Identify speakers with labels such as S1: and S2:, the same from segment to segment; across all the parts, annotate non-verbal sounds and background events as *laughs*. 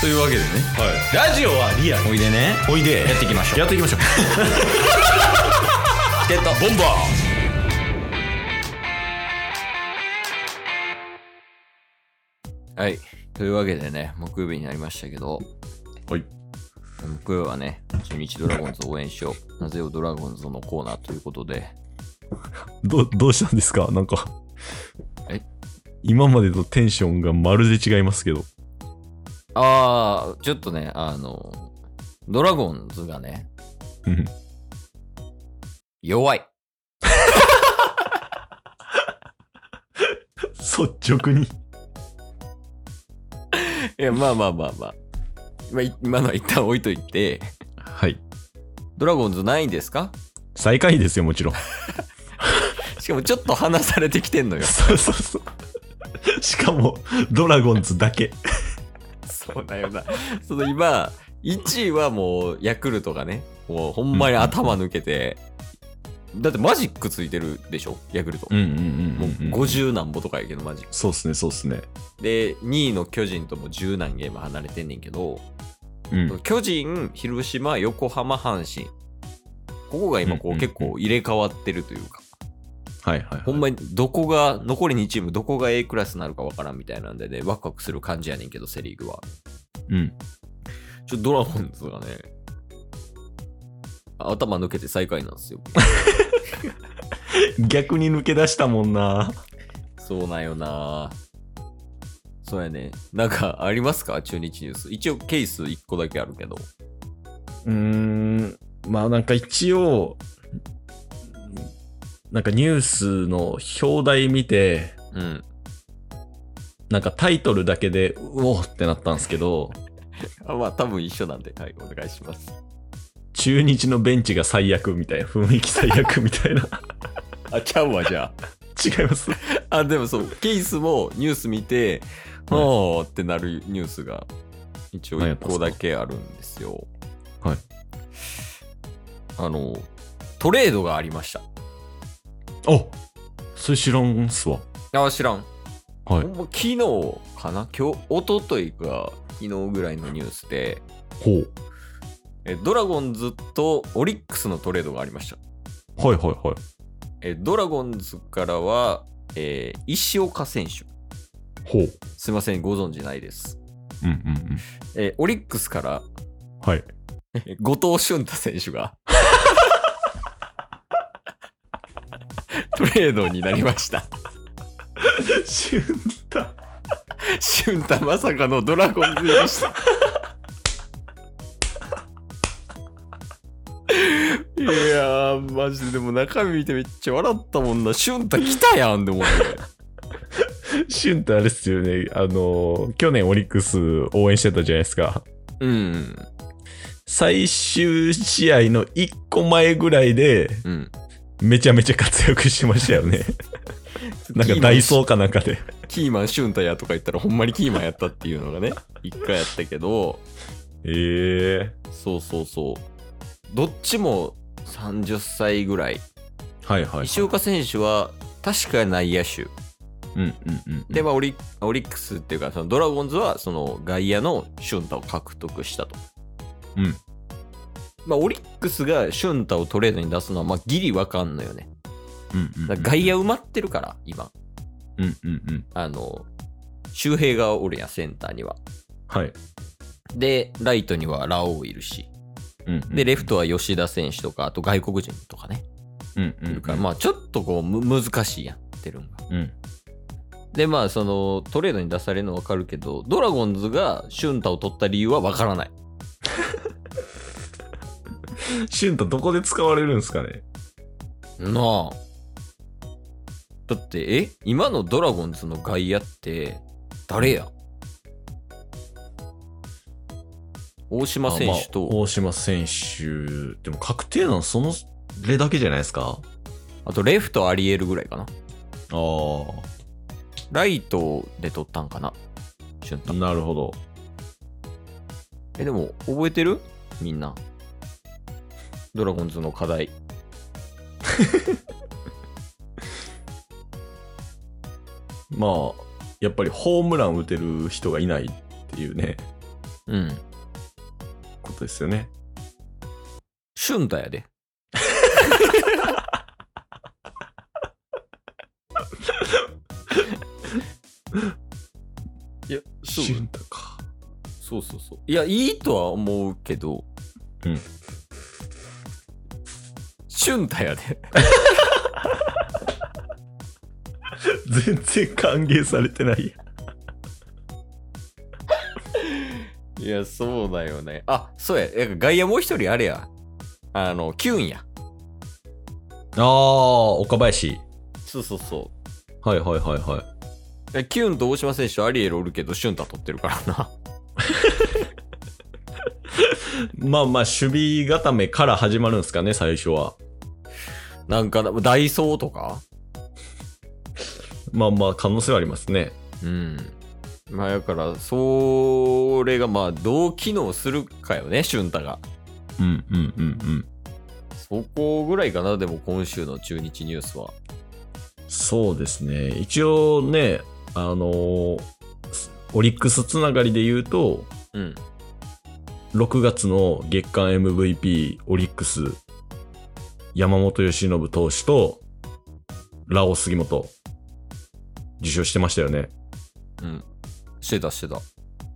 S1: というわけでね
S2: ラジオはリアル
S1: おいでね
S2: おいで
S1: やっていきましょう
S2: やっていきましょう
S1: チケットボンバーはい。というわけでね、木曜日になりましたけど、
S2: はい。
S1: 木曜はね、中日ドラゴンズを応援しよう。なぜよドラゴンズのコーナーということで、。
S3: ど、どうしたんですかなんか
S1: え
S3: 今までとテンションがまるで違いますけど。
S1: あー、ちょっとね、あの、ドラゴンズがね、
S3: うん
S1: 弱い。
S3: 率直に。
S1: いや、まあまあまあまあ。まあい今のは一旦置いといて、
S3: はい。
S1: ドラゴンズないんですか
S3: 最下位ですよ、もちろん。
S1: しかもちょっと離されてきて
S3: *laughs*
S1: んのよ。
S3: そうそうそう。しかも、ドラゴンズだけ。
S1: そうだよな。その今、1位はもうヤクルトがね、もうほんまに頭抜けて、だってマジックついてるでしょ、ヤクルト。
S3: ん
S1: もう50何歩とかやけど、マジッ
S3: そうっすね、そうっすね。
S1: ク。で、2位の巨人とも10何ゲーム離れてんねんけど、
S3: うん。
S1: 巨人、広島、横浜、阪神。ここが今こ
S3: うん
S1: う
S3: うん
S1: 結構入れ替わってるというか、
S3: はいはい、はい。
S1: ほんまにどこが、残り2チームどこが A クラスになるかわからんみたいなんでね、ワクワクする感じやねんけど、セリーグは。
S3: うん。
S1: ちょドラゴンズがね、頭抜けて最下位なんですよ。
S3: 逆に抜け出したもんな。
S1: そうなんよなそうやね。なんかありますか中日ニュース。一応ケース1個だけあるけど。
S3: うーん。まあなんか一応、なんかニュースの表題見て、
S1: うん。
S3: なんかタイトルだけで、うおーってなったんですけど、
S1: あまあ多分一緒なんで、はい、お願いします。
S3: 中日のベンチが最悪みたいな、雰囲気最悪みたいな。 *laughs*
S1: あ、ちゃうわ、じゃ
S3: 違います。
S1: *laughs* あ。あ、でもそう、ケースもニュース見て、
S3: はい
S1: おーってなるニュースが一応
S3: はい
S1: 1個だけあるんですよ。
S3: はい。
S1: あの、トレードがありました。
S3: おそれ知らんっすわ。
S1: あ、知らん。
S3: は
S1: ほん。ま昨日かな今日、一昨日か、昨日ぐらいのニュースで、
S3: ほう。
S1: えドラゴンズとオリックスのトレードがありました。
S3: はいはいはい。
S1: えドラゴンズからは、えー石岡選手。
S3: ほう。
S1: すいません、ご存知ないです。
S3: うんうんうん。
S1: えオリックスから、
S3: はい。
S1: え後藤俊太選手が、トレードになりました。
S3: シュンタ。
S1: 俊太まさかのドラゴンズ入りした。いやー、マジででも中身見てめっちゃ笑ったもんな。俊太来たやんでも
S3: シュンタあれっすよね。あのー、去年オリックス応援してたじゃないですか。
S1: うん。
S3: 最終試合の1個前ぐらいで、
S1: うん。
S3: めちゃめちゃ活躍してましたよ *laughs* ね。なんかダイソーかなんかで。
S1: キーマン俊太やとか言ったらほんまにキーマンやったっていうのがね、一回やったけど、
S3: ええ
S1: そうそうそう。どっちも30歳ぐらい。
S3: はいは
S1: 石岡選手は確か内野手。
S3: うんうんうん
S1: で、まあ、オリオリックスっていうか、そのドラゴンズはその外野のシュンタを獲得したと。
S3: うん。
S1: まあ、オリックスがシュンタをトレードに出すのは、まあ、ギリわかんのよね。
S3: うんうん
S1: だから外野埋まってるから、今。
S3: うんうんうん。
S1: あの、周平がおるやん、センターには。
S3: はい。
S1: で、ライトにはラオウいるし。
S3: うん
S1: で、レフトは吉田選手とか、あと外国人とかね。
S3: うんう
S1: い
S3: ん
S1: るから、まあ、ちょっとこう、む難しいやん、ってるんが。
S3: うん。
S1: で、まあ、その、トレードに出されるのわかるけど、ドラゴンズがシュンタを取った理由はわからない。
S3: シュンタどこで使われるんですかね
S1: なあ。だって、え今のドラゴンズの外野って、誰や大島選手
S3: あまあ
S1: と、
S3: 大島選手、でも確定なのその例だけじゃないですか
S1: あとレフトアリエルぐらいかな。
S3: ああ、
S1: ライトで取ったんかな。シュンタ。
S3: なるほど。
S1: え、でも、覚えてるみんな。ドラゴンズの課題。
S3: まあ、やっぱりホームラン打てる人がいないっていうね。
S1: うん。
S4: ことですよね。
S1: シュンタやで。いや、そう
S4: シュンタ
S3: *laughs*
S4: か。
S1: そうそうそう。いや、いいとは思うけど。
S4: うん。
S1: シュンタやで。
S4: 全然歓迎されてないやん。
S1: いや、そうだよね。あ、そうや。やっぱ外野もう一人あれや。あの、キュンや。
S3: ああ、岡林。
S1: そうそうそ
S3: はいはいはいは
S1: う。キュンと大島選手アリエルおるけど、シュンタ取ってるからな。 *laughs*
S3: い。まあまあ、守備固めから始まるんですかね、最初は。
S1: なんかな、ダイソーとか
S3: まあまあ、可能性はありますね。
S1: うん。まあ、だから、それがまあ、どう機能するかよね、シュンタが。
S3: うんうんうんうん。
S1: そこぐらいかな、でも今週の中日ニュースは。
S3: そうですね。一応ね、あのーオリックスつながりで言うと、
S1: うん。
S3: 6月の月間 MVP オリックス山本由伸投手とラオウ杉本受賞してましたよね
S1: うん。してた、してた。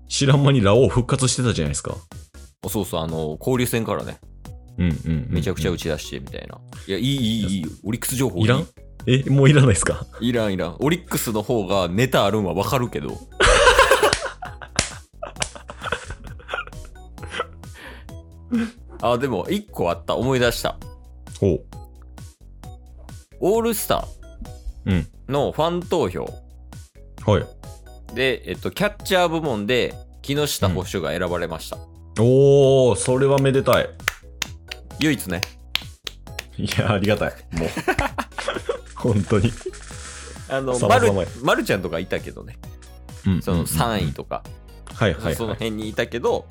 S3: 知らん間にラオウ復活してたじゃないですか
S1: あそうそう、あの、交流戦からね、
S3: うんうんうん、
S1: めちゃくちゃ
S3: う
S1: 打ち出してみたいな。いや、いい、いい、いい、オリックス情報
S3: んいらんえもういらないですか
S1: いらん、いらん。オリックスの方がネタあるんはわかる
S3: *laughs*
S1: けど。あ、でも、一個あった。思い出した。
S3: ほ
S1: オールスタ
S3: ううん
S1: ーのファン投票
S3: はい
S1: で、えっと、キャッチャー部門で木下捕手が選ばれました。
S3: おーそれはめでたい
S1: 唯一ね。
S3: いやありがたい *laughs* もう本当に
S1: あの、
S3: 様
S1: まる
S3: 々や
S1: まるちゃんとかいたけどね。その3位とか、
S3: はいはい、
S1: その
S3: はい、
S1: 辺にいたけど、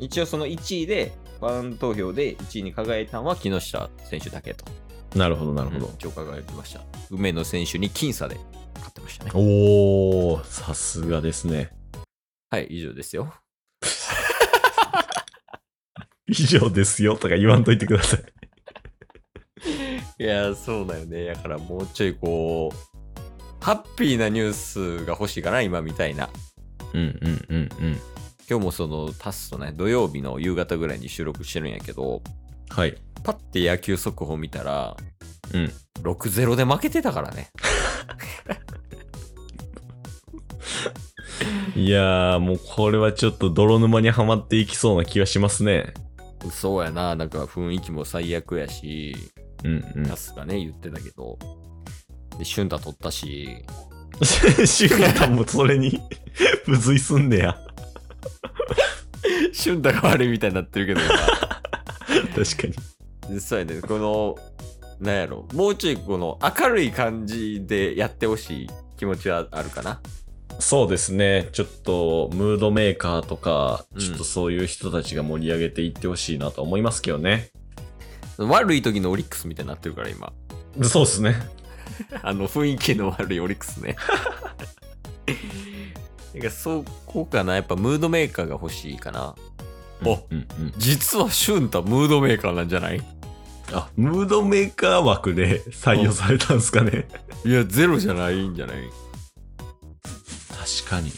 S1: 一応その1位で、ファン投票で1位に輝いたのは木下選手だけと。
S3: なるほどなるほ
S1: ほ
S3: ど、
S1: ど、超輝きました。梅野選手に僅差で勝ってましたね。
S3: おーさすがですね
S1: はい、以上ですよ。
S3: 以上ですよとか言わんといてください。
S1: いやー、そうだよね。だからもうちょいこう、ハッピーなニュースが欲しいかな、今みたいな。
S3: うんうんうんうん。
S1: 今日もその、タスとね、土曜日の夕方ぐらいに収録してるんやけど、
S3: はい。
S1: パッて野球速報見たら、
S3: うん。
S1: 6-0で負けてたからね。
S3: いやー、もうこれはちょっと泥沼にはまっていきそうな気がしますね。
S1: そうやな、なんか雰囲気も最悪やし、
S3: うんうん
S1: タ。スがね、言ってたけど、で、シュンタ取ったし、
S3: *laughs* シュンタもそれに *laughs* 付随すんねや。
S1: *laughs* シュンタが悪いみたいになってるけど、今
S3: 確かに。
S1: *laughs* 実際ねこのなんやろもうちょいこの明るい感じでやってほしい気持ちはあるかな
S3: そうですね。ちょっと、ムードメーカーとか、
S1: うん
S3: ちょっとそういう人たちが盛り上げていってほしいなと思いますけどね。
S1: 悪い時のオリックスみたいになってるから今
S3: そうですね。
S1: あの雰囲気の悪いオリックスね *laughs* なんかそこかなやっぱムードメーカーが欲しいかなお
S3: うんうん。
S1: 実はシュンタムードメーカーなんじゃない
S3: あ、ムードメーカー枠で *laughs* 採用されたんですかね。
S1: いやゼロじゃないんじゃない
S3: 確かに。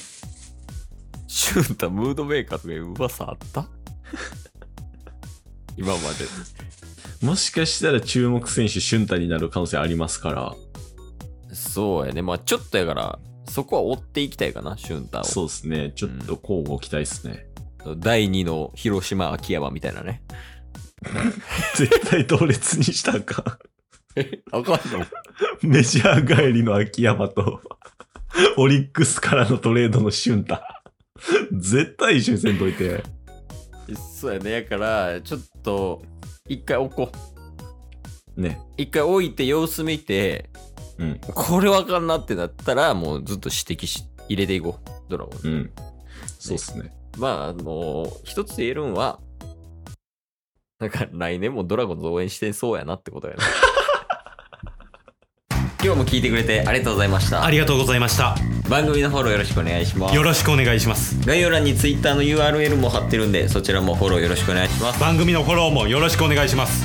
S1: シュンタムードメーカーとかいう噂あった *laughs* 今まで
S3: もしかしたら注目選手、俊太になる可能性ありますから、
S1: そうやね。まあちょっとやから、そこは追っていきたいかな、シュンタを。
S3: そうですね、ちょっと交互期待ですね。
S1: 第2の広島、秋山みたいなね。
S3: 絶対同列にしたらあか
S1: *laughs*
S3: *laughs*
S1: あかんの
S3: ん。メジャー帰りの秋山と、 *laughs* オリックスからのトレードの俊太。絶対一緒にせんといて。
S1: そうやね。やから、ちょっと、一回置こう。
S3: ね。
S1: 一回置いて様子見て、
S3: うん。
S1: これわかんなってなったら、もうずっと指摘し、入れていこう。ドラゴン。
S3: うん。そうですね。
S1: まあ、あの一つ言えるんは、なんか来年もドラゴンズ応援してそうやなってことやね。 *laughs* 今日も聞いてくれてありがとうございました
S5: ありがとうございました
S1: 番組のフォローよろしくお願いします
S5: よろしくお願いします
S1: 概要欄に Twitter の URL も貼ってるんでそちらもフォローよろしくお願いします
S5: 番組のフォローもよろしくお願いします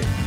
S5: す